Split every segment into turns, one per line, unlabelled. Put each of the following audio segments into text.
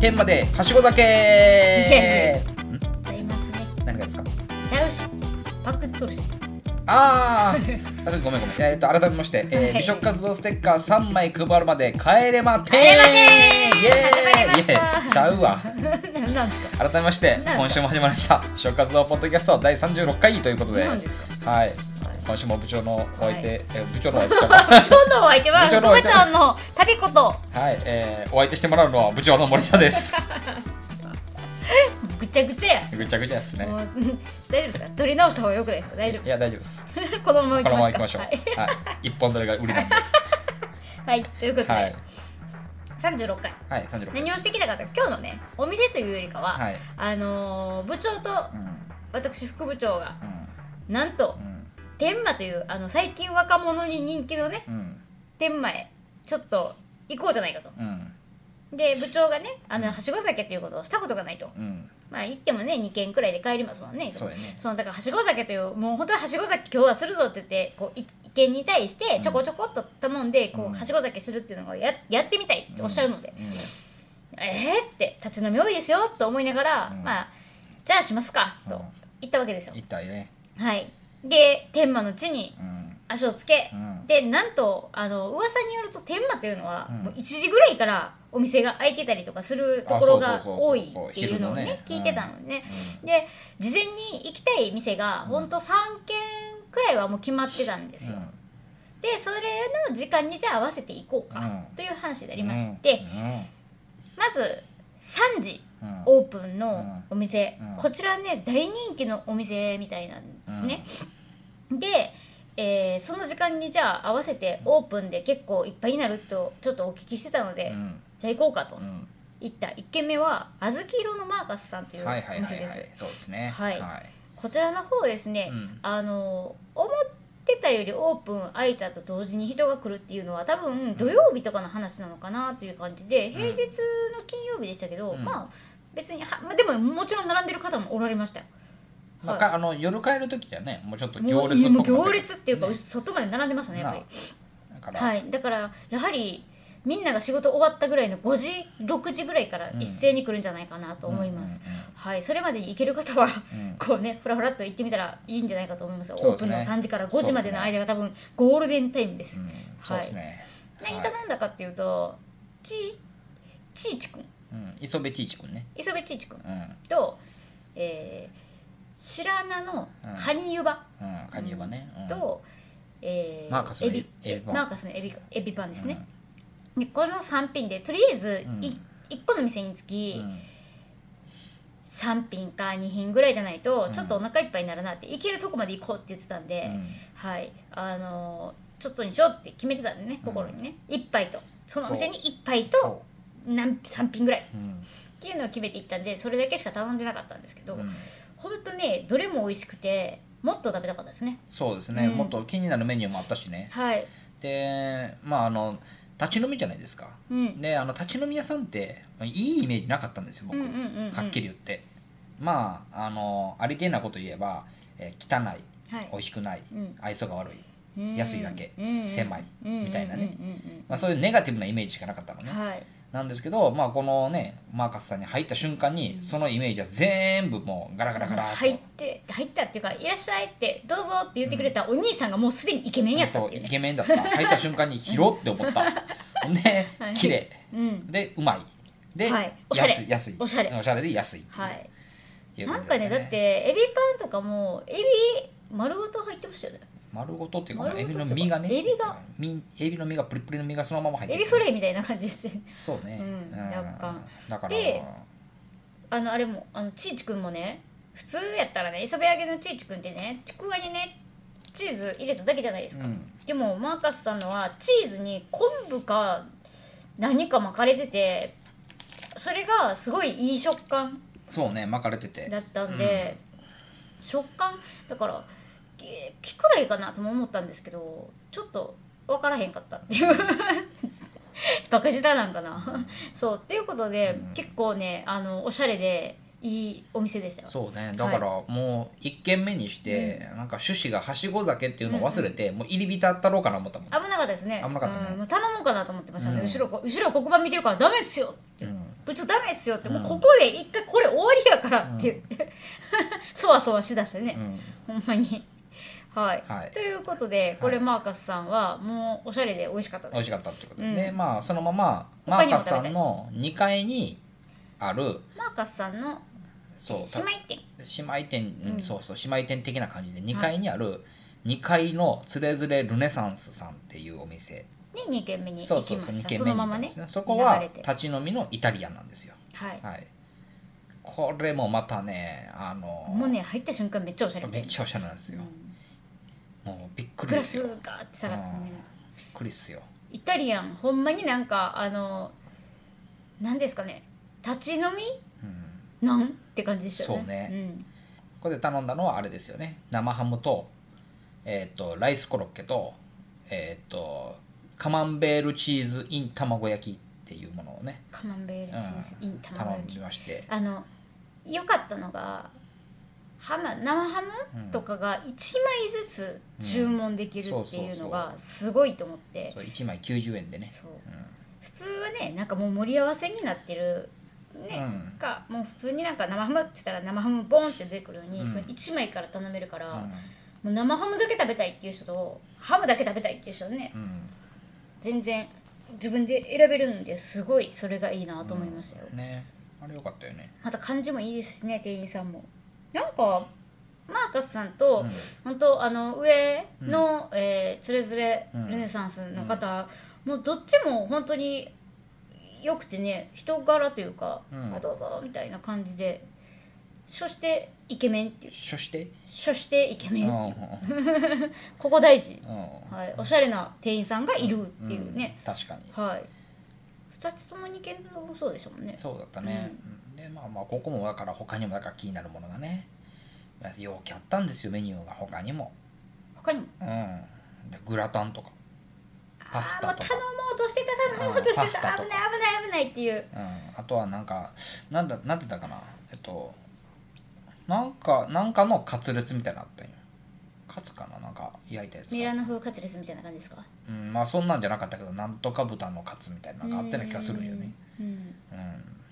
天まではしご酒
えちゃいますね
何がですか
ちゃうしパクっとるし
ああごめんごめん、えー、と改めまして、え
は
ー
い
美食活動ステッカー3枚配るまで帰れまて
帰れまて
イエ
始まり
ーイ
ました
イエーイちゃうわ
何なんです か
改めまして
なんすか
今週も始まりました美食活動ポッドキャスト第36回ということで
何ですか
はい
はい
今週も部長のお相手、
は
えー部長のお相手か
今日のお相手は
部長
く
のお
ま
相手
ちゃんの旅こと
なはい、えーお相手してもらうのは部長の森田です
ぐちゃぐちゃや
ぐちゃぐちゃですね
もう 大丈夫ですか取り直した方がよくないですか大丈夫
い
で
や大丈夫です
すか このままい
こ
き
のまま
ま
いき
すか
ましょう
は、
はいい一本取りが売りなんで
はい、ということで、
はい
36回
はい36
何をしてきたかって今日のねお店というよりかは、
はい
あのー部長と
うん
私副部長がなんと
うん
天満というあの最近若者に人気のね
うんうん
天満へちょっと行こうじゃないかと
うん
で部長がねあのはしご酒っていうことをしたことがないと
うん
まあ行ってもね2軒くらいで帰りますもんねいつ
そ
も
うやね
そのだからはしご酒というもう本当にはしご酒今日はするぞって言ってこうい一軒に対してちょこちょこっと頼んでこう、
うん
はしご酒するっていうのをややってみたいっておっしゃるので、
うん
えーって立ち飲み多いですよと思いながら、
うん
まあじゃあしますか
うん
と言ったわけですよ、
一体ね
はいで天満の地に
うん
足をつけ、
うん
でなんとあの噂によると天満というのは、
うん
もう1時ぐらいからお店が開いてたりとかするところ
あ
が
そうそうそうそう
多いっていうの
昼の
をね
ね
聞いてたのね、
う
で事前に行きたい店が本当3軒くらいはもう決まってたんですよ、でそれの時間にじゃあ合わせていこうか
うん
という話でありまして、まず3時
うんうん
オープンのお店、
うん
こちらね大人気のお店みたいなんですね、で、えーその時間にじゃあ合わせてオープンで結構いっぱいになるとちょっとお聞きしてたので、
うん
じゃあ行こうかと
うん
行った1軒目は小豆色のマーカスさんというお
はいはいはいは
店
い
です
そうですね
はいこちらの方ですね、
うん
あの思ってたよりオープン開いたと同時に人が来るっていうのは多分土曜日とかの話なのかなという感じで、
ん
平日の金曜日でしたけど、
うん
まあ別には、まあ、でももちろん並んでる方もおられましたよ。
まあ
はい
かあの夜帰る時じゃねもうちょっと
も
行
う
列っ
も
ぽ
う
くな
行
ってる
列っていうか、外まで並んでましたねやっぱり。
だから
はい、だからやはりみんなが仕事終わったぐらいの5時6時ぐらいから一斉に来るんじゃないかなと思います、
うんうんうん
はい、それまでに行ける方は、
うん
こうねふらふらっと行ってみたらいいんじゃないかと思いま
そ
す
う
オ
で
ー
す
プ
ね
ンの3時から5時までの間が多分ゴールデンタイムです、
うんそうですね
何
はい
頼んだかっていうとちちいちくん
うん磯部ちいちくんね
磯部ちいちくん
うん
と、えー白菜のカニ湯葉
うんカニはねうん
と、えー
マーカスのエ
エ
ビ
ビ
エビパン
マーカスのエビエビパンですね、でこの3品でとりあえず
うん
い、1個の店につ
う
き
ん
3品か2品ぐらいじゃないと
ん
ちょっとお腹いっぱいになるなって行けるとこまで行こうって言ってたんで、
うん
はいあのーちょっとにしようって決めてたんでね心にね、1杯とそのお店に1杯と
そ
何3品ぐらいっ
ううん
ていうのを決めていったんでそれだけしか頼んでなかったんですけど、
うん
ほんとねどれも美味しくてもっと食べたかったですね
そうですね
うん
もっと気になるメニューもあったしね
はい
でまああの立ち飲みじゃないですか
うん
であの立ち飲み屋さんっていいイメージなかったんですよ僕、
うんうんうんうん
はっきり言ってまああのありてえなこと言えば、えー汚い
はい
美味しくない、
うん
愛想が悪い、
うん
安いだけ
うん
狭い
うん
みたいなね
うんうん
まあ、そういうネガティブなイメージしかなかったのね、
うんはい
なんですけど、まあ、このねマーカスさんに入った瞬間にそのイメージは全部もうガラガラガラっと
入って入ったっていうか「いらっしゃい」って「どうぞ」って言ってくれたお兄さんがもうすでにイケメンやった
そ
っ
う
ていう
イ
ね
ケメンだった入った瞬間に広って思った ほんで
はい
綺麗
うん
でうまいで、
はいおしゃれ
安い安い
おしゃれ
おしゃれで安いっていう
はい
っていう
な
感
ん
じ
か
だ
ね
た
だってエビパンとかもエビ丸ごと入ってましたよね
丸ごとっていうか、
丸
エ
ごと
ビ
ってい
の
うか
身がね
エビが
身エビの身がプリプリの身がそのまま入って
エ
る
ビフライみたいな感じして
そうね、
うん若干
だから
であのあれもあのちいちくんもね普通やったらね磯辺揚げのちいちくんってねちくわにねチーズ入れただけじゃないですか、
うん
でもマーカスさんのはチーズに昆布か何か巻かれててそれがすごいいい食感
そうね巻かれてて
だったんで、食感だからえーきくらいかなとも思ったんですけどちょっと分からへんかったっていう バカ舌なんかな そうっていうことで、結構ねあのおしゃれでいいお店でしたよ
そうねだからもう一軒目にして、なんか趣旨がはしご酒っていうのを忘れて、もう入り浸ったろうかな思ったもん、
危なかったですね
危なかったね
うんもう頼もうかなと思ってましたね、
うん
後ろこ後ろ黒板見てるからダメっすよって
うん
部長ダメっすよって、もううんここで一回これ終わりやからって言って、 そわそわしだしてね
う、ん
ほんまに。はい、
はい
ということでこれマーカスさんはもうおしゃれで美味しかった
美
で
味し
す
かったってこと
う
で、
ん
でまあそのままマ
他に
ー
も
カスさんの2階にある
マーカスさんの
そう
姉妹店
姉妹店、うん
うん
そうそう姉妹店的な感じで2階にある2階のつれづれルネサンスさんっていうお店、
に2軒目に
そ
行
うそ
き
う
ま
そう2
した
軒
そ
目に行
のま
った
ま
んで
ね
すねそこは
流れて
立ち飲みのイタリアンなんですよ
はい
はいこれもまたねあの
もうね入った瞬間めっちゃおしゃれみた
め
い
っ
な
ちゃおしゃれなんですよ、もうびっくり
グ
で
ラ
す
ス
よ
が
びっ
ーって下がってね
くりっすよ
イタリアンほんまになんかあの何ですかね立ち飲み、なんって感じでしたよね
そうここで頼んだのはあれですよね生ハムと,、えー、とライスコロッケと,、えー、とカマンベールチーズイン卵焼きっていうものをね
うん、カマンベールチーズイン
頼
卵焼き
みまして
あの良かったのがハム生ハムとかが1枚ずつ注文できるっていうのがすごいと思って、
そう1枚90円でね
そう普通はねなんかもう盛り合わせになってるね、
うん
かもう普通になんか生ハムって言ったら生ハムボンって出てくるのに、
うん
その1枚から頼めるから、
う
も
ん
う生ハムだけ食べたいっていう人とハムだけ食べたいっていう人ね
うん
全然自分で選べるんですごいそれがいいなと思いましたよ、
ねあれよかったよね
また感じもいいですしね店員さんもなんかマーカスさんと、
うん
本当あの上の、えーつれづれ
うん
ルネサンスの方、もうどっちも本当によくてね人柄というか、
うん
あどうぞみたいな感じでそしてイケメンっていう
そして
そしてイケメン
う
っ
ん
ていう
うん
ここ大事、
う
はい、おしゃれな店員さんがいるってい
ん
うね、
確かに
はい2つとも2軒ともそうでしたもんね
そうだったね、うんでまあまあここもだから他にもだから気になるものがねまあようきあったんですよメニューが他にも
他にも
うんでグラタンとかパスタ
あーも
と
う
か
頼もうとしてた頼もうとしてた
うんパスタとか
危ない危ない危ないっていう
うん、あとはなんかなんだなんて言ったかなえっとなんかなんかのカツレツみたいなのあったんよカツかななんか焼いたやつ
ミ
か
ラノ風カツレツみたいな感じですか
うん、まあそんなんじゃなかったけどなんとか豚のカツみたいなのがあったような気がするんよね、
うん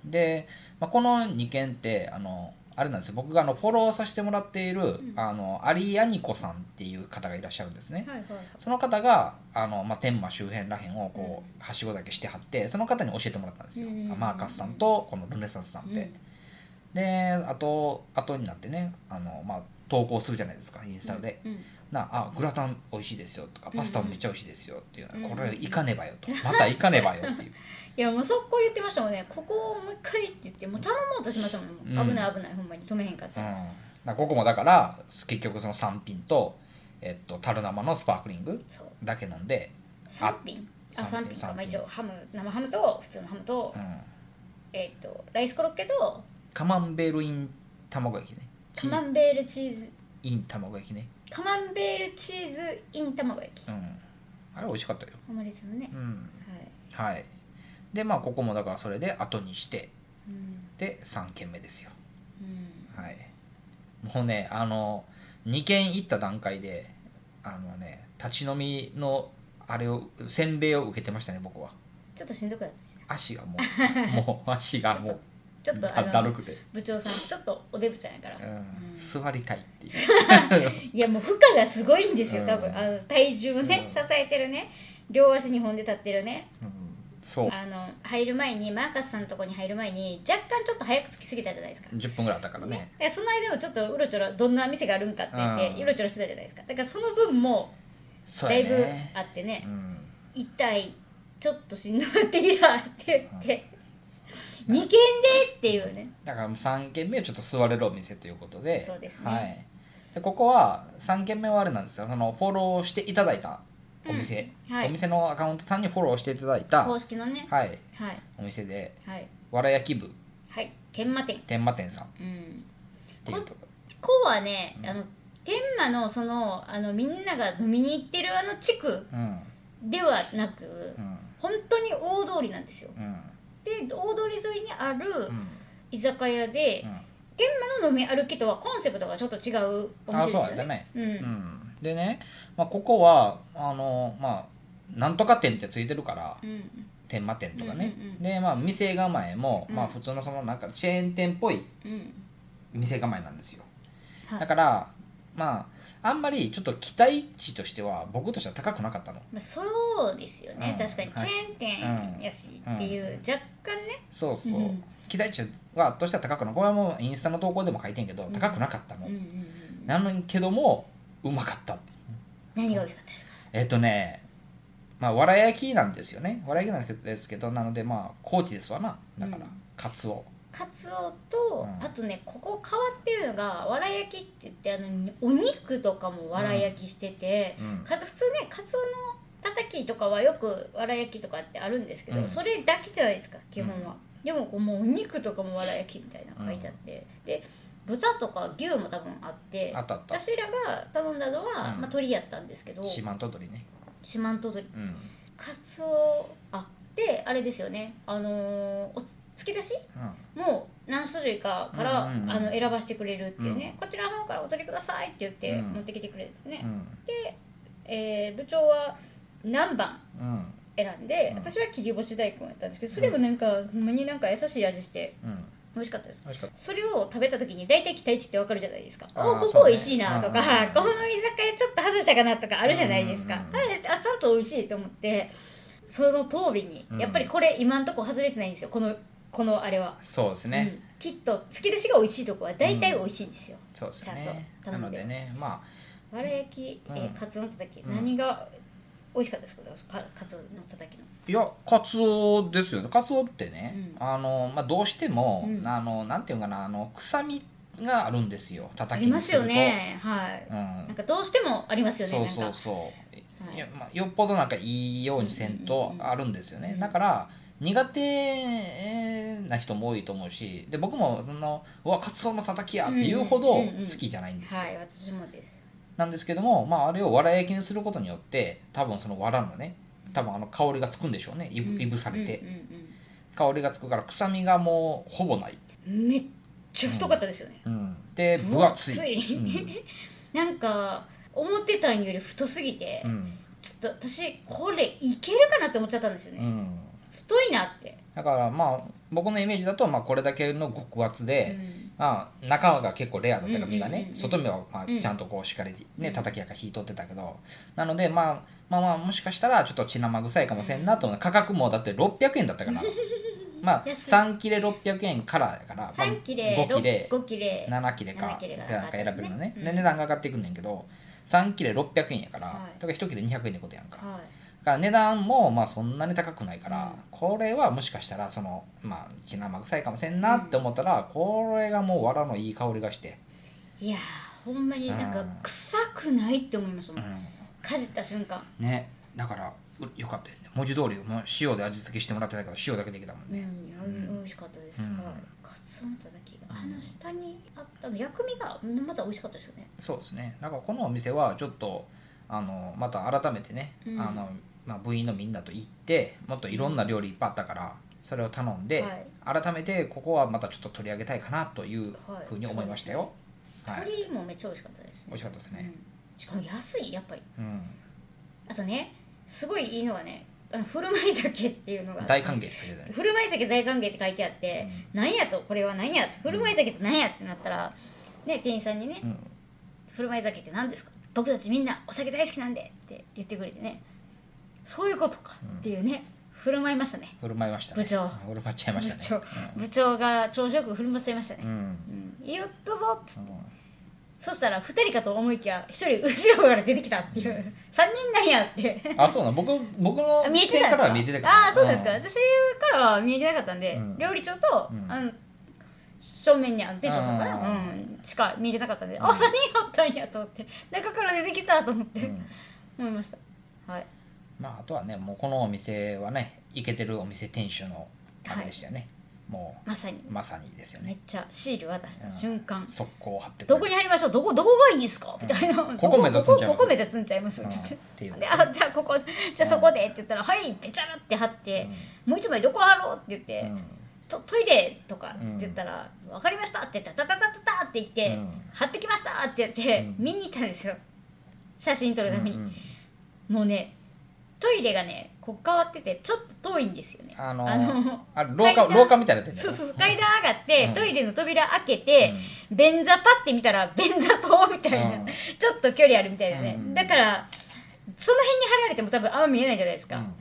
うん、で、まあ、この2件ってあのあれなんですよ僕があのフォローさせてもらっている、あのアリアニコさんっていう方がいらっしゃるんですね、
はいはいはい
その方があの、まあ、天満周辺らへんをこう、はしごだけしてはってその方に教えてもらったんですよ、
うん
マーカスさんとこのルネサンスさんって、であと後になってねあの、まあ、投稿するじゃないですかインスタで、
うん
なあグラタン美味しいですよとかパスタもめっちゃ美味しいですよっていう、
うん
これ行かねばよとまた行かねばよっていう
いやもう速攻言ってましたもんねここをもう一回って言ってもう頼もうとしましたもん、
うん
危ない危ないほんまに止めへんかっ
う
た、
ん、だからここもだから結局その3品と、えっと、樽生のスパークリング
そう
だけ飲んで、
3品
三
あ三
品
3品かまあ
三
一
品
応ハム生ハムと普通のハムと、
うん、
えっ、とライスコロッケと
カマンベールイン卵焼きね
カマンベールチーズ
イン卵焼きね、
カマンベールチーズイン卵焼き
うん、あれ美味しかったよ、
オムレツのね
う、ん、
はい、
はいでまあここもだからそれで後にして
うん
で3軒目ですよ
うん、
はいもうねあの2軒行った段階であのね立ち飲みのあれを洗礼を受けてましたね僕は
ちょっとしんどくなってき
足がも うもう足がもう
たちょっと
だ
あ
だる
の
くて、
部長さんちょっとおデブちゃんやから、
うん、座りたいっていう
いやもう負荷がすごいんですよ
うん
多分あの体重をね、
うん
支えてるね両足2本で立ってるね
そう
あの入る前にマーカスさんのとこに入る前に若干ちょっと早く着きすぎたじゃないですか。
10分ぐらいあったからね
でその間もちょっとうろちょろどんな店があるんかって言って
うん
うろちょろしてたじゃないですかだからその分も
そう
だい
や
ぶ
ね
あってね
うん
痛いちょっとしんどくなってきたって言って2軒でっていうね
だから3軒目はちょっと座れるお店ということで
そうですね
はい、でここは3軒目はあれなんですよそのフォローしていただいたお店、
うんはい
お店のアカウントさんにフォローしていただいた
公式のね
はい
はい
お店で
はい
わら焼き部
はい天満店
天満店さんっ
うん
ていうとこ
こうはね、あの天満のそのあのみんなが飲みに行ってるあの地区
うん
ではなく、
うん
本当に大通りなんですよ
うん
で大通り沿いにある
うん
居酒屋で、
うん
天満の飲み歩きとはコンセプトがちょっと違うお
あ
店です
そう
よ
やった
ね
ね
うん、
うんでね、まあ、ここはあのまあなんとか店ってついてるから、
うん
天満店とかね、
うんうんうん
でまあ店構えも、
うん
まあ普通のそのなんかチェーン店っぽい
うん
店構えなんですよ、
はい
だからまああんまりちょっと期待値としては僕としては高くなかったの
まあ、そうですよね、
うん
確かに
は
チ
い
ェーン店やしっていう、若干ね
そうそう、
うん
期待値はとしては高くなこれはもうインスタの投稿でも書いてんけど高くなかったの、
うんうんうん
なのにけどもうまかったって
何が美味しかったですか
えっ、とねまあわら焼きなんですよねわら焼きなんですけどなのでまあ高知ですわなだから、
うん
カツオ
カツオと、
うん
あとねここ変わってるのがわら焼きって言ってあのお肉とかもわら焼きしてて、
うん
かつ普通ねカツオのたたきとかはよくわら焼きとかってあるんですけど、
うん
それだけじゃないですか基本は、でもこうもうお肉とかもわら焼きみたいなの書いてあって、で豚とか牛も多分あって
あったあった
私らが頼んだのは、ま
うん
あ、鶏やったんですけど
四万十鳥ね
四万十鶏
うん
カツオあであれですよねあのーおつつけ出し
うん
もう何種類かから、
うんうんうん
あの選ばせてくれるっていうね、こちらの方からお取りくださいって言って
うん
持ってきてくれるんですね、
うん
で、えー部長は何番
うん
選んで、
うん
私は切り干し大根やったんですけどそれもなんか、ほんまになんか優しい味して
うん
美味しかったです
美味しかった
それを食べた時に大体期待値ってわかるじゃないですか
あー
おこ
そ
こ
うね
美味しいなとか、
うんうん
この居酒屋ちょっと外したかなとかあるじゃないですか、
うんうん
ああちょっと美味しいと思ってその通りに、
うん
やっぱりこれ今んとこ外れてないんですよこのこのあれは、
そうですね、
うんきっと突き出しが美味しいとこは大体美味しいんですよ、
そうです
ちゃん
ね
と
な
頼んで
のでねま
わら焼き、え
うん
ー、カツオのたたき、
うん
何が美味しかったですかかカツオのたたきの
あいやカツオですよねカツオってね、
うん
あのまあどうしても、
うん
あのなんていうかなあの臭みがあるんですよ
あ
叩
り
き
ま
に
す
する
よ
と
ねはい、
う
なん
ん
かどうしてもありますよね
そう
な
そ
ん
う
か
そう、
はい
いやまあ、よっぽどなんかいいようにせん
うんうん
と
うんうん
あるんですよね、
うん
だから苦手な人も多いと思うしで僕もそのうわカツオのたたきやっていうほど
うんうん
好
うんうん
きじゃないんですよ、
はい私もです
なんですけども、まあ、あれをわら焼きにすることによって多分そのわらのね多分あの香りがつくんでしょうねいぶいぶされて、
うんうんうん
香りがつくから臭みがもうほぼない、
うんめっちゃ太かったですよね、
うん、で分厚い
分厚 なんか思ってたんより太すぎて、
うんうん
ちょっと私これいけるかなって思っちゃったんですよね、
うん
太いなって、
だからまあ僕のイメージだとまあこれだけの極厚で、
うん
まあ、中が結構レアだったから
うんうんう
身
んうん
がね外身はまあ
うん
ちゃんとこうしっかり
う
ね
ん
叩きやから火通ってたけどなのでまあまあまあもしかしたらちょっと血生臭いかもしれんなと思う価格もだって600円だったから まあ
安い
3切れ600円からだからまあ
3切れ
5切れ
6 5切れ
7切れか
7切れが
なんか選べるのね
うん
で値段が上がっていくんねんけど3切れ600円やから
はい
だから1切れ200円ってことやんかだ
は
から値段もまあそんなに高くないか
うん
らこれはもしかしたらそのまあ血生臭いかもしれんなって思ったらこれがもう藁のいい香りがして。
いいやーほんまになんか
うん
臭くないって思いましたもん、
う
かじった瞬間、
ん、ねだからうよかったよね文字通りもう塩で味付けしてもらってたけど塩だけできたもん
うん
ね、
美味しかったです、
うん
はいカツオのたたきあの下にあったの薬味がまた美味しかったですよね
そうですねだからこのお店はちょっとあのまた改めてね、
うん
あのまあ、部員のみんなと行ってもっといろんな料理いっぱいあったからそれを頼んで、改めてここはまたちょっと取り上げたいかなという
はい
ふうに思いましたよ、はい
鶏もめっちゃ美味しかったですね
美味しかったですね
うん、しかも安いやっぱり
うん、
あとねすごいいいのがねあの振る舞い酒っていうのが
大歓迎って書いてたね
振る舞い酒大歓迎って書いてあって、なんやとこれは何や振る舞い酒って何やってなったら、ね店員さんにね、
うん
振る舞い酒って何ですか僕たちみんなお酒大好きなんでって言ってくれてねそういうことかっていうね、振る舞いましたね
振る舞いましたね
部長
振る舞っちゃいましたね
部長部長が朝食振る舞っちゃいましたね、
うん、
うんいいよどうぞっつって
うん
そしたら2人かと思いきや1人後ろから出てきたっていう、3人なんやって
あそうなの僕僕の
あ 見え
視
て
点
たんで
から
すか
は見えてたから
ああそうですか、
ん
私からは見えてなかったんで、
うん
料理長と、
うん
あの正面にあの店長さんから、
あー
うん、しか見えてなかったんで、あ3人やったんやと思って中から出てきたと思って、
うん
思いましたはい
まあ、あとはねもうこのお店はねイケてるお店店主のあれでしたよね、も
まさに
うまさにですよ
めっ
ね
ちゃシール渡した瞬間、
速攻を張ってくれ
ど
る
こに貼りましょうどこどこがいいですかみたいな、
うんここ目立つんちゃいます
ここここ目立つんちゃいます
うん
つって
っていう
であじゃあここじゃあそこでって言ったら「はいべちゃら」って貼って、もう一枚どこ貼ろうって言って、
うん
トトイレとかって言ったら「分かりました」って言って「タタタタタ」って言って
うん
「貼ってきました」って言って見に行ったんですよ写真撮るため
うんう
に
ん
もうねトイレがねこう変わっててちょっと遠いんですよね
あの
あの
あ廊下
階段
廊下みたいになって
そ
るだ
うんそ
よ
うそう階段上がって、
うん
トイレの扉開けて、便座パッて見たら便座塔みたいな、
うん
ちょっと距離あるみたいなね、
うん
だからその辺に貼られても多分あんま見えないじゃないですか、
うん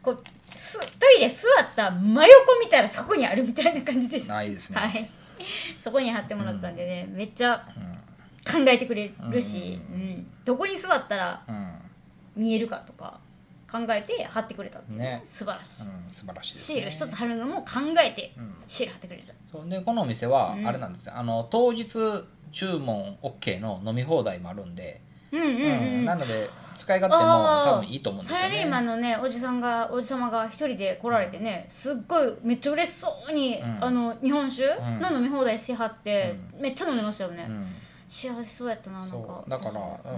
こうすトイレ座った真横見たらそこにあるみたいな感じです
ないですね、
はい、そこに貼ってもらったんでね、めっちゃ考えてくれるし、うんどこに座ったら見えるかとか考えて貼ってくれたっていう、
ね
素晴らしい、
うんうん、素晴らしいです、
シ
ね、
ール一つ貼るのも考えてシール貼ってくれた、
そうでこのお店はあれなんですよ、あの当日注文 OK の飲み放題もあるんで、
うん、うんうんうん
なので使い勝手も
あー
多分いいと思うんですよ
サ
ね
ラリーマンのねおじさんがおじ様が一人で来られてねすっごいめっちゃ嬉しそうに、
うん
あの日本酒
ん
の飲み放題しはって、めっちゃ飲んでましたよね、
うん
幸せそうやったななんか
そうだから、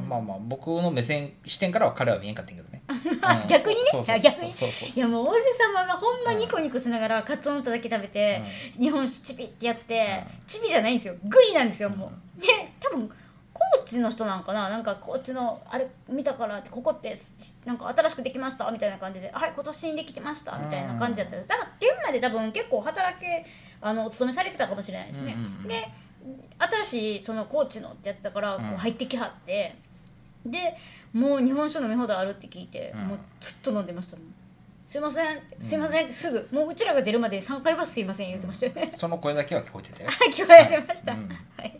まあまあ僕の目線視点からは彼は見えんかったんやけどね
あ逆にね
そうそうそう
逆に
そうそうそう
いやもう王子様がほんまニコニコしながらカツオのたたき食べて、日本酒チビってやって、チビじゃないんですよグイなんですよもう、で多分高知の人なんかななんか高知のあれ見たからってここってなんか新しくできましたみたいな感じではい今年にできてましたみたいな感じだったんですだから現内で多分結構働けあのお勤めされてたかもしれないですね、
うんうんうん
で新しいその高知のってやってたからこ
うん
う入ってきはって、でもう日本酒飲み放題あるって聞いて、
うん
もうずっと飲んでましたもんすいませんすいませんってすぐもううちらが出るまで3回は すいません言ってましたよね、
その声だけは聞こえて たよ
聞こえてました、
うん
はい、
こ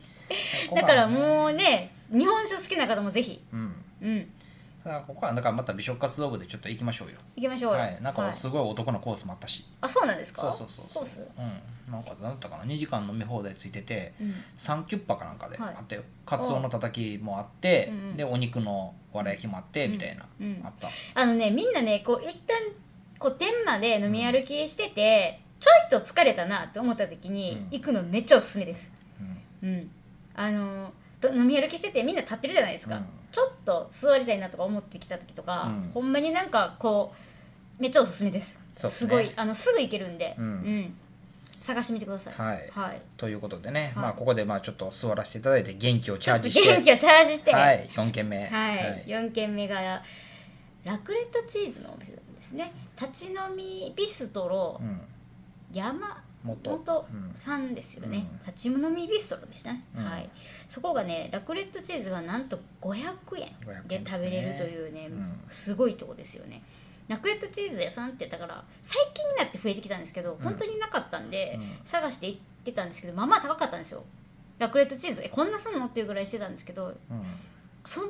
こは
だからもうね日本酒好きな方もぜひ
うん
うん
だからここはだからまた美食活動部でちょっと行きましょうよ
行きましょうよ
はいなんか
はい
すごい男のコースもあったし、
あそうなんですか
そうそうそう
コース
うんなんか何だったかな2時間飲み放題ついてて、
うん
三キュッパかなんかで
はい
あったよ、カツオのたたきもあって、
うんうん
でお肉のわら焼きもあって、みたいな、
うん
あった
あのねみんなねこう一旦こう天まで飲み歩きしてて、ちょいと疲れたなって思った時に、
うん
行くのめっちゃおすすめです
うん
うんあのと飲み歩きしててみんな立ってるじゃないですか、
うん
ちょっと座りたいなとか思ってきた時とか、
うん
ほんまになんかこうめっちゃおすすめです
そうっす
す
ね
ごいあのすぐ行けるんで、
うん
探してみてください
はい
はい、
ということでね、
はい
まあここでまあちょっと座らせていただいて元気をチ
ちょ
ャ
っ
ー
と
ジして
元気をチャージして
はい4軒目
はい
はい
4軒目がラクレットチーズのお店なんですね立ち飲みビストロ
うん
山
元
元
うん
さんですよね、
うん
立ち飲みビストロでしたね、
うん
はいそこがねラクレットチーズがなんと500円
500
で
円です
食
ね
べれるというね
うん
すごいとこですよねラクレットチーズ屋さんってだから最近になって増えてきたんですけど、本当になかったん
う
で、
ん
探して行ってたんですけどまあまあ高かったんですよラクレットチーズえこんなすんのっていうぐらいしてたんですけど
うん
その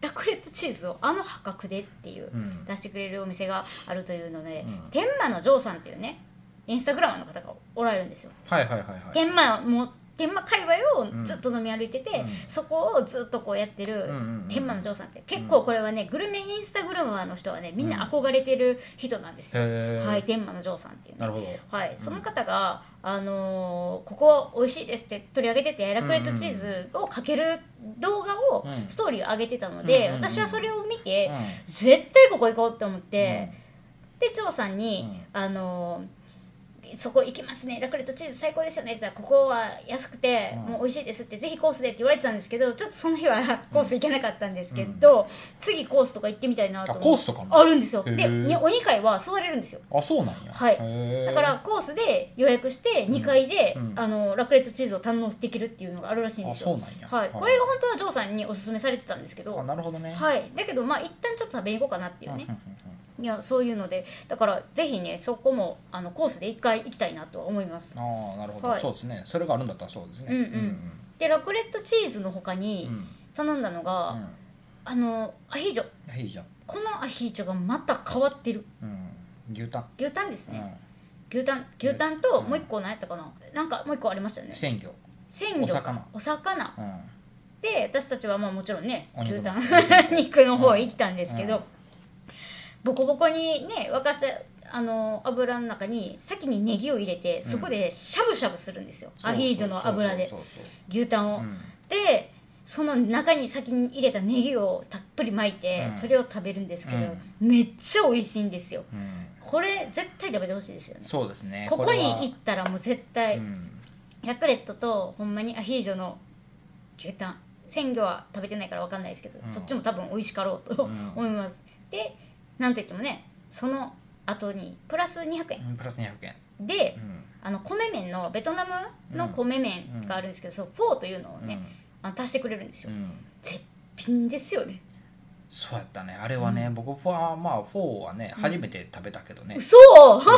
ラクレットチーズをあの破格でっていう、
うん
出してくれるお店があるというので、
うん
天満のジョーさんっていうねインスタグラマーの方がおられるんですよ、
はいはいはいはい
天満もう天満界隈
う
を
ん
ずっと飲み歩いてて、
うん
そこをずっとこうやってる、
うんうんうん
天満のジョーさんって結構これはね、グルメインスタグラマーの人はねみんな憧れてる人なんですよ、
へー
はい天満のジョーさんっていうね
なるほど
はい、その方が、あのーここ美味しいですって取り上げててラクレットチーズをかける動画を、
うん
ストーリーを上げてたので、
うんうんうん
私はそれを見て、
うん
絶対ここ行こうって思っ
う
て、で張さんに、あのーそこ行きますねラクレットチーズ最高ですよねって言ったらここは安くて、
うん
もう美味しいですってぜひコースでって言われてたんですけどちょっとその日はコース行けなかったんですけど、次コースとか行ってみたいなと
あ
思
コー
って
スとかも
あるんですよで
へー
にお2回は座れるんですよ
あそうなんや
はい
へー
だからコースで予約して2階で、
うん
あのラクレットチーズを堪能できるっていうのがあるらしいんです
あ
よ
そうなんや
はい、
はい
これが本当はジョーさんにおすすめされてたんですけど
あなるほどね
はいだけどまあ一旦ちょっと食べに行こうかなっていう
うんうん
ね
うんうん
いやそういうのでだからぜひねそこもあのコースで1回行きたいなとは思います
ああなるほど
はい
そうですねそれがあるんだったらそうですね
うんうんでラクレットチーズの他
うん
に
うん
頼んだのが、
うん
あのアヒージョ
あいいじゃん
このアヒージョがまた変わってる
うん牛タン
牛タンです
う
ね、
ん
牛タン牛タンと
うん
もう一個何やったかな、なんかもう一個ありましたよね
鮮魚
鮮魚
お魚
お魚
うん
で私たちはまあもちろんね
お肉
牛タン
うん
肉の方へ行ったんですけど、
うん
ボコボコにね沸かしたあの油の中に先にネギを入れてそこでしゃぶしゃぶするんですよ、アヒージョの油で
そうそうそう
牛タンを。
そううん
でその中に先に入れたネギをたっぷり巻いて、
うん
それを食べるんですけど、めっちゃ美味しいんですよ
うん
これ絶対食べてほしいですよね
そうですね
ここに
れは
行ったらもう絶対、
うん
ラクレットとほんまにアヒージョの牛タン鮮魚は食べてないから分かんないですけど、
うん
そっちも多分美味しかろうと
うん
思います、でなんといってもねその後にプラス200円
うんプラス200円
で
うん
あの米麺のベトナムの米麺があるんですけど、そのフォーというのをね、あの足してくれるんです
う
よ、
んうん
絶品ですよね
そうやったねあれはね、僕はまあ4はね初めて食べたけどね、
嘘
う
フ
ん、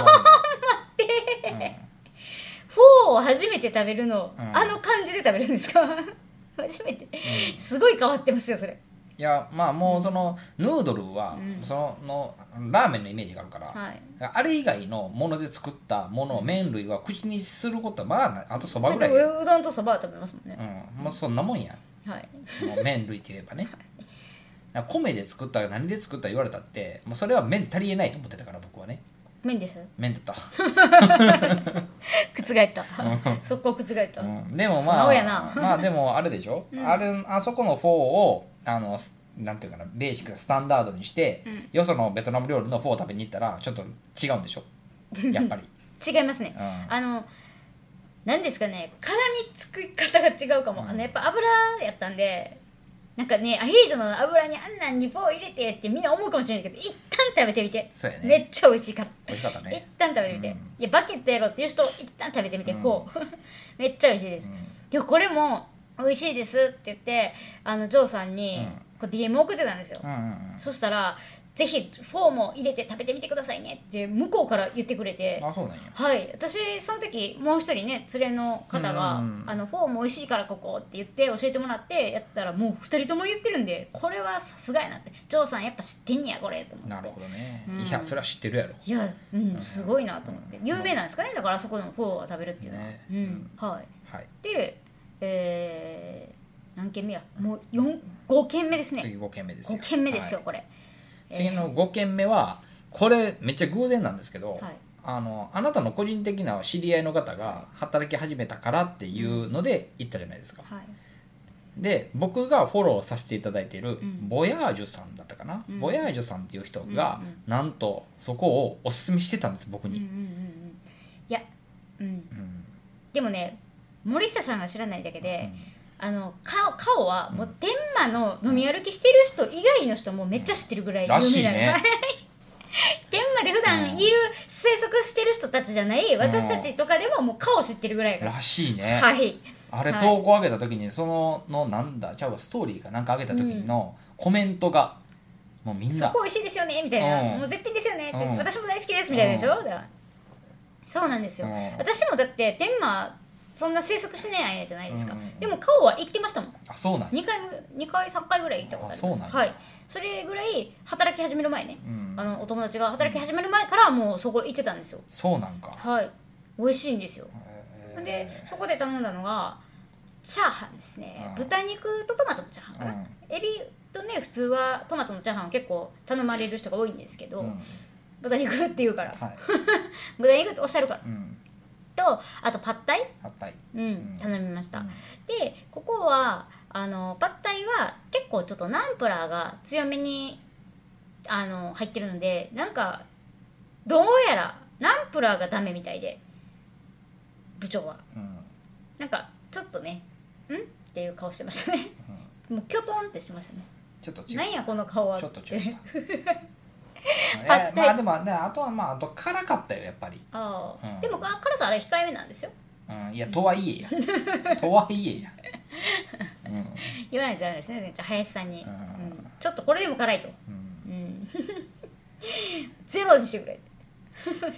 ォーを初めて食べるの、
うん
あの感じで食べるんですか 初めて
うん
すごい変わってますよそれ
いやまあもうそのヌードルは
うん
そののラーメンのイメージがあるから、
はい
あれ以外のもので作ったもの、麺類は口にすることはまあないあとそばぐら
で
い
も
や、
うどんとそばは食べますもんね
う、ん、もうそんなもんや
はい
もう麺類って言えばね米で作った何で作った言われたってもうそれは麺足りえないと思ってたから僕はね
麺でした
麺だった
覆った速攻覆った、
うんでも
素
ま
直や
あ
な
まあでもあれでしょ、あれあそこのフォーをあのすなんていうかなベーシックなスタンダードにして、
うん
よそのベトナム料理のフォーを食べに行ったらちょっと違うんで しょやっぱり、
違いますね、
うん
あの何ですかね絡みつく方が違うかも、あのやっぱ油やったんでなんかねアヒージョの油にあんなんにフォー入れてってみんな思うかもしれないけど一旦食べてみて、
そうやね
めっちゃ美味しいから、
美味しかった
一
ね
旦食べてみて、
うん
いやバケットやろうっていう人一旦食べてみて、
うん
フォーめっちゃ美味しいです、でもこれも美味しいですって言ってあのジョーさんに
うん
こう DM 送ってたんですよ、
うんうんうん
そしたら「ぜひフォーも入れて食べてみてくださいね」って向こうから言ってくれて
あそうなんや
はい私その時もう一人ね連れの方が
うんうん
「あのフォーも美味しいからここ」って言って教えてもらってやってたらもう二人とも言ってるんでこれはさすがやなって「ジョーさんやっぱ知ってんねやこれ」と思って
なるほどね、
うん
いやそれは知ってるやろ
いやうんすごいなと思って
うん
有名なんですかねだからあそこのフォーは食べるっていうのは、
ね
うんはい
はい
でえー、何軒目やもう四5軒目ですね
次5軒目ですよ
5軒目ですよ、
は
これ
い次の5軒目はこれめっちゃ偶然なんですけど、
はい
あのあなたの個人的な知り合いの方が働き始めたからっていうので行ったじゃないですか、
はい
で僕がフォローさせていただいている
うん
ボヤージュさんだったかな、
うん
ボヤージュさんっていう人が
うんう
なんとそこをおすすめしてたんです僕
うんうんうん
に、
うんいやうん
うん
でもね森下さんが知らないだけ
う
で、
ん
あの顔顔はもう天満の飲み歩きしてる人以外の人もめっちゃ知ってるぐらい
らし
有
い
名なの、
ね
天満で普段いる生息してる人たちじゃない私たちとかでももう顔知ってるぐらいやから
らしいね、
はい
あれ
はい
投稿上げた時にそののなんだちゃうわストーリーかなんか上げた時のコメントがもうみん
そ
な
こ美味しいですよねみたいな、
うん
もう絶品ですよねって、
うん
私も大好きですみたいなでしょ、だからそうなんですよ、
うん
私もだって天満そんな生息してない間じゃないですか、
うんうんうん
でも顔は行ってましたもん
あそうなんや
2回二回3回ぐらい行ったことありま
あそう
す
なんや
はいそれぐらい働き始める前ね、
うん
あのお友達が働き始める前からもうそこ行ってたんですよ
そうなんか
はい美味しいんですよ
へー
でそこで頼んだのがチャーハンですね
あー
豚肉とトマトのチャーハンかな、
うん
エビとね普通はトマトのチャーハンは結構頼まれる人が多いんですけど、
うん
豚肉って言うから
はい、
豚肉っておっしゃるか
うん、
らとあとパッタイ、
あった い、
うん
ん
頼みました、
うん
でここはあのパッタイは結構ちょっとナンプラーが強めにあの入ってるのでなんかどうやらナンプラーがダメみたいで部長は
うん
なんかちょっとねんっていう顔してましたね
うん、
もうキョトンってしてましたね
ちょっと違う
なんやこの顔は
ちょっと違った
パ
え
ッタイ
まあでもねあとはまああと辛かったよやっぱり、
ああ、
うん
でもあ辛さあれ控えめなんですよ
うん、いやとはいえ やとはいえや、うん
言わないとダメですねじゃあ林さんに、
うん
うんちょっとこれでも辛いと、
うん、
うん、ゼロにしてくれ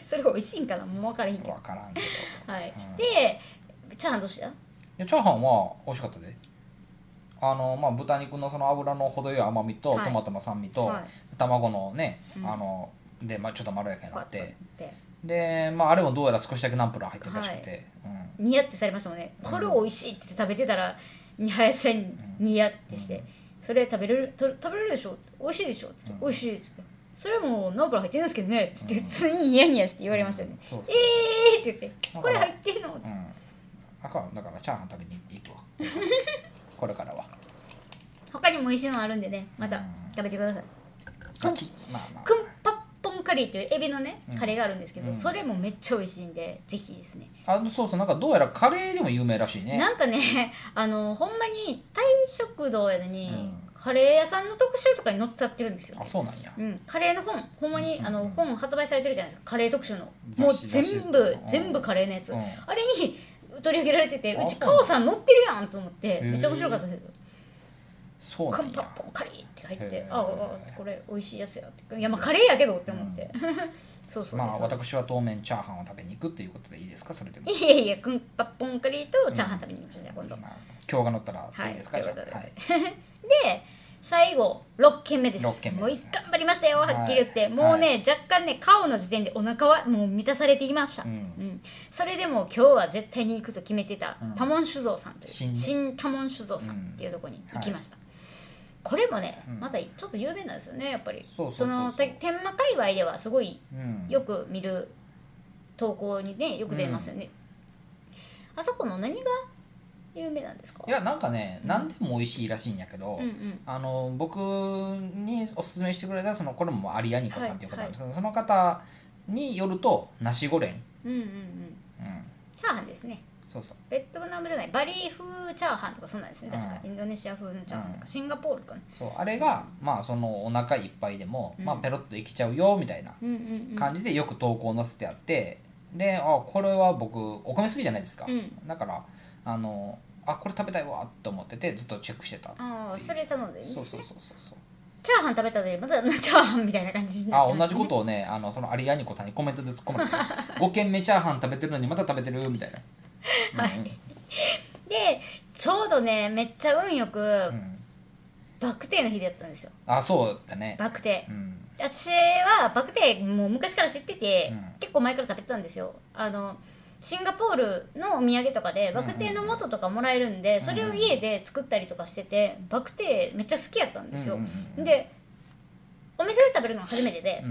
それが美味しいんかなもう分からへんけど
分からんけどい
はい、
うん
でチャーハンどうした
やチャーハンは美味しかったであのまあ豚肉のその油の程よい甘みと、
はい
トマトの酸味と、
はい
卵のね、
うん
あので、まあ、ちょっとまろやかになっ
パッと
て
で
で、まあ、あれもどうやら少しだけナンプラー入ってるらしくて、うん
ニヤってされましたもんねこれ美味しいって言って食べてたら林さんにニヤってして、それ食べれると食べれるでしょ美味しいでしょって言って、
うん
美味しいって言ってそれもナンプラー入ってるんですけどねって言って普通にニヤニヤして言われましたよね、
うんそうそう
えーって言って
だ
こ
か
れ
ら
入ってんの
うん、あかんだからチャーハン食べに行く わこれからは
他にも美味しいのあるんでねま
う
た
ん
食べてください
まあきまあまあ
クンパッポンカリーっていうエビのね
うん
カレーがあるんですけど、
うん
それもめっちゃ美味しいんでぜひですね
あのそうそうなんかどうやらカレーでも有名らしいね
なんかねあのほんまに大食堂やのに、
うん
カレー屋さんの特集とかに載っちゃってるんですよ
あ、そうなんや。
うん、カレーの本ほんまにあの本発売されてるじゃないですかカレー特集のも
雑
う
誌雑誌
全部
うん
全部カレーのやつ、
うん
あれに取り上げられてて
あ
うち
そうなの
カオさん乗ってるやんと思って
ー
めっちゃ面白かったです
そうな
カ
ん
ンパッ
や。
ポンカリーって入って
へ
て
ー
あああこれ美味しいやつやっていやまあカレーやけどって思って、 そうそう
まあ、
そう
私は当面チャーハンを食べに行くっていうことでいいですか、それでも。
いやいやカンパッポンカリーとチャーハン食べに行きましょう今度、
まあ今日が乗ったら
はい
いいですか、
とい
じ
う
ゃ
ことで
あはい。
で最後6軒目です
六軒
も
目
う
です
頑張りましたよはっきり言って、
はい
もうね、若干ね顔の時点でお腹はもう満たされていました、
う。
うんん、それでも今日は絶対に行くと決めてた、
うん
多聞酒造さんという
新
新
ね
多聞酒造さんっていうところに行きました、これもね、
うん
またちょっと有名なんですよねやっぱり
そうそうそうそう
のて天満界隈ではすごい
うん。
よく見る投稿にねよく出ますよね、あそこの何が有名なんですか
いや、なんかね、何でも美味しいらしいんやけど
うんう。ん
あの僕におすすめしてくれたそのこれも有アニコさんっていう方なんですけど、その方によるとナシゴレン、
うんうんうん
うん、
チャーハンですね
そうそう
ベトナムじゃないバリー風チャーハンとかそうなんですね確か、
う
インドネシア風のチャーハンとか、
うん
シンガポールとかね
そうあれがまあそのお腹いっぱいでも、
うん
まあ、ペロッといけちゃうよみたいな
うんうんうん
感じでよく投稿載せてあってであこれは僕お米好きじゃないですか、
うん
だからあのあこれ食べたいわと思っててずっとチェックしてた
ああそれ頼んでいいです
そ
ね
うそうそうそうそう
チャーハン食べたのにまたチャーハンみたいな感じになっ
あ
てま
同
す
じ
ね
ことをねあのその有アニコさんにコメントで突っ込まれ て「5軒目チャーハン食べてるのにまた食べてる」みたいな。
はいでちょうどねめっちゃ運よく、
うんうん
バクテーの日だったんですよ
あそうだね
バクテ
うん
ー私はバクテーもう昔から知ってて、
うん
結構前から食べてたんですよあのシンガポールのお土産とかでバクテーの元とかもらえるんで、それを家で作ったりとかしててバクテーめっちゃ好きやったんですよ、
うんうんうんうん
でお店で食べるのが初めてで、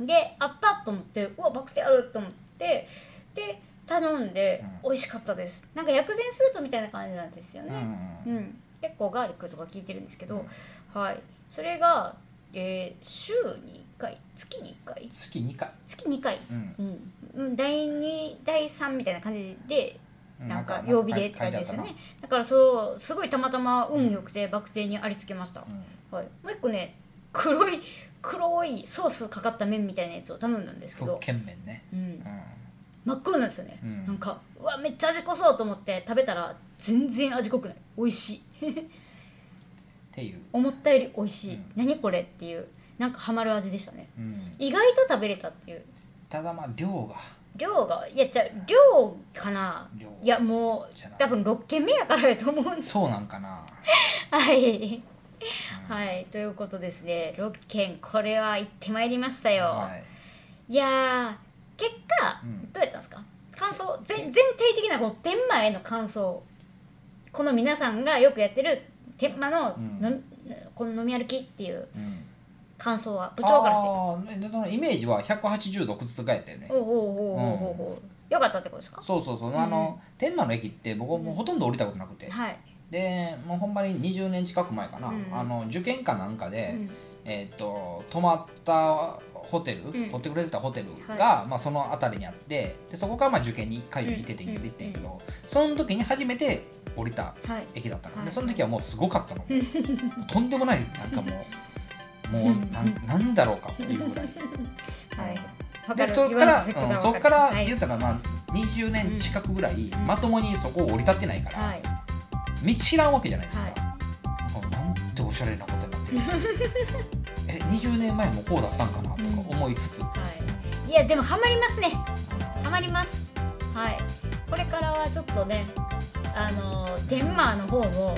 うん
であったと思ってうわバクテあると思ってで頼んで、
う
美味しかったですなんか薬膳スープみたいな感じなんですよ
うんう
ね、うんん結構ガーリックとか効いてるんですけど、はいそれが、えー週に1回月に1回
月2回
月2回、
うん
うんうん、第2第3みたいな感じでなんか曜日でって感じですよ
書
ね
いて
だからそうすごいたまたま運良くてバクテにありつけました、
あったな
はい、もう一個ね黒い黒いソースかかった麺みたいなやつを頼んだんですけ
うん
ど
福、建麺ね
うん
う、ん
真っ黒なんですよね、
うん
なんかうわめっちゃ味濃そうと思って食べたら全然味濃くない美味しい
っていう
思ったより美味しい、
うん
何これっていうなんかハマる味でしたね
うん
意外と食べれたっていう
ただまあ量が
量がいやじゃあ量かな
量
いやも
じゃないう
多分6軒目やからやと思うんです
そうなんかな
はい、はい、ということですね6軒これは行ってまいりましたよ、
はい
いやー結果、
うん
どうやったんですか感想全全体的なこの天満への感想この皆さんがよくやってる天満の,、
うん
のこの飲み歩きっていう
うん
感想は部長からして
あーでそのイメージは180度覆ったよね
おうおうおうおうおうおう、よかったってことですか
そうそうそうあの天満の駅って僕もうほとんど降りたことなくて
はい、
でもうほんまに20年近く前かな
うん
あの受験かなんか
う
で
ん
えー、と泊まったホテル、
ん
取ってくれてたホテルが、まあ、その辺りにあってでそこからまあ受験に1回行ってて
うん
行ってんけど、その時に初めて降りた
はい
駅だったの、
はい
でその時はもうすごかったの、とんでもないなんかもうもうなんなんだろうかっていうぐらい。
はい
うん
わ
で
る
そっから、
言わ
う
ず
ん
して
そっ
く
か
だ
ら
さい
言ったらまあ20年近くぐらい、まともにそこを降り立ってないから、
はい、はい
道知らんわけじゃないですか、あなんておしゃれなことになってる え20年前もこうだったんかなとか思いつつ、
はい、いやでもハマりますねハマりますはいこれからはちょっとねあのデンマーの方も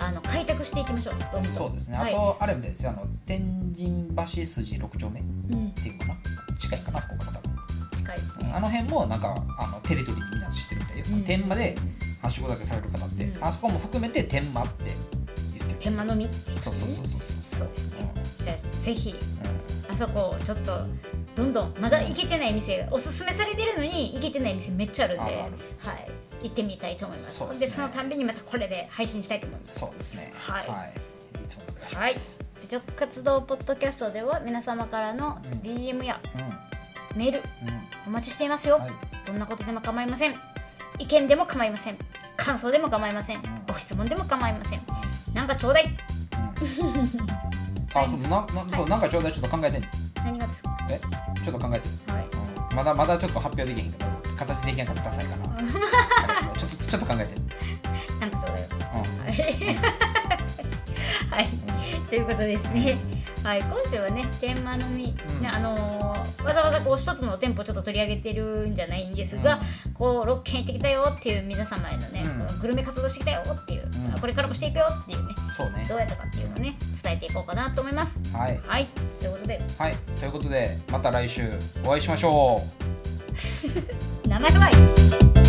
あの開拓していきましょうどんどん
そうですね、
はい、
あとあれみたいですよあの天神橋筋6丁目っ
うん、
ていうかな近いかなそこから多分
近いですね
あの辺もなんかあのテレトリーにみんなしてるみたいよ、
うん
天満ではしごだけされる方って、
うん
あそこも含めて天満って言ってる
天満のみっていう
そうそうそうそうそ
そううですね
う
じゃあぜひ
んうん
あそこをちょっとどんどんまだ行けてない店おすすめされてるのに行けてない店めっちゃあるんで
あるある
はい、行ってみたいと思います
そうですね
でそのたんびにまたこれで配信したいと思います
そうですね
はい
い、いつもお願いします、
侮辱活動ポッドキャストでは皆様からの DM やメール
うんうん
お待ちしていますよ、
はい
どんなことでも構いません意見でも構いません感想でも構いません
ん
ご質問でも構いませんなんかちょうだい
うんあそうななそうなんかちょうだいちょっと考えてんの
何がですか
えちょっと考えてる
はい
まだまだちょっと発表できへんから形できへんからダサいかな ちょっとちょっと考えてる
なんかちょうだい
うん
はい、はい、ということですね。はい、今週はね、天満のみ、
うん
ねあのーわざわざこう一つの店舗ちょっと取り上げてるんじゃないんですが、こう6軒行ってきたよっていう皆様へのね、
うん
こうグルメ活動してきたよっていう、
うん
これからもしていくよっていうね、
そうね
どうやったかっていうのをね、伝えていこうかなと思います。
はい
はい、ということで、
はいということでまた来週お会いしましょう
名前がない。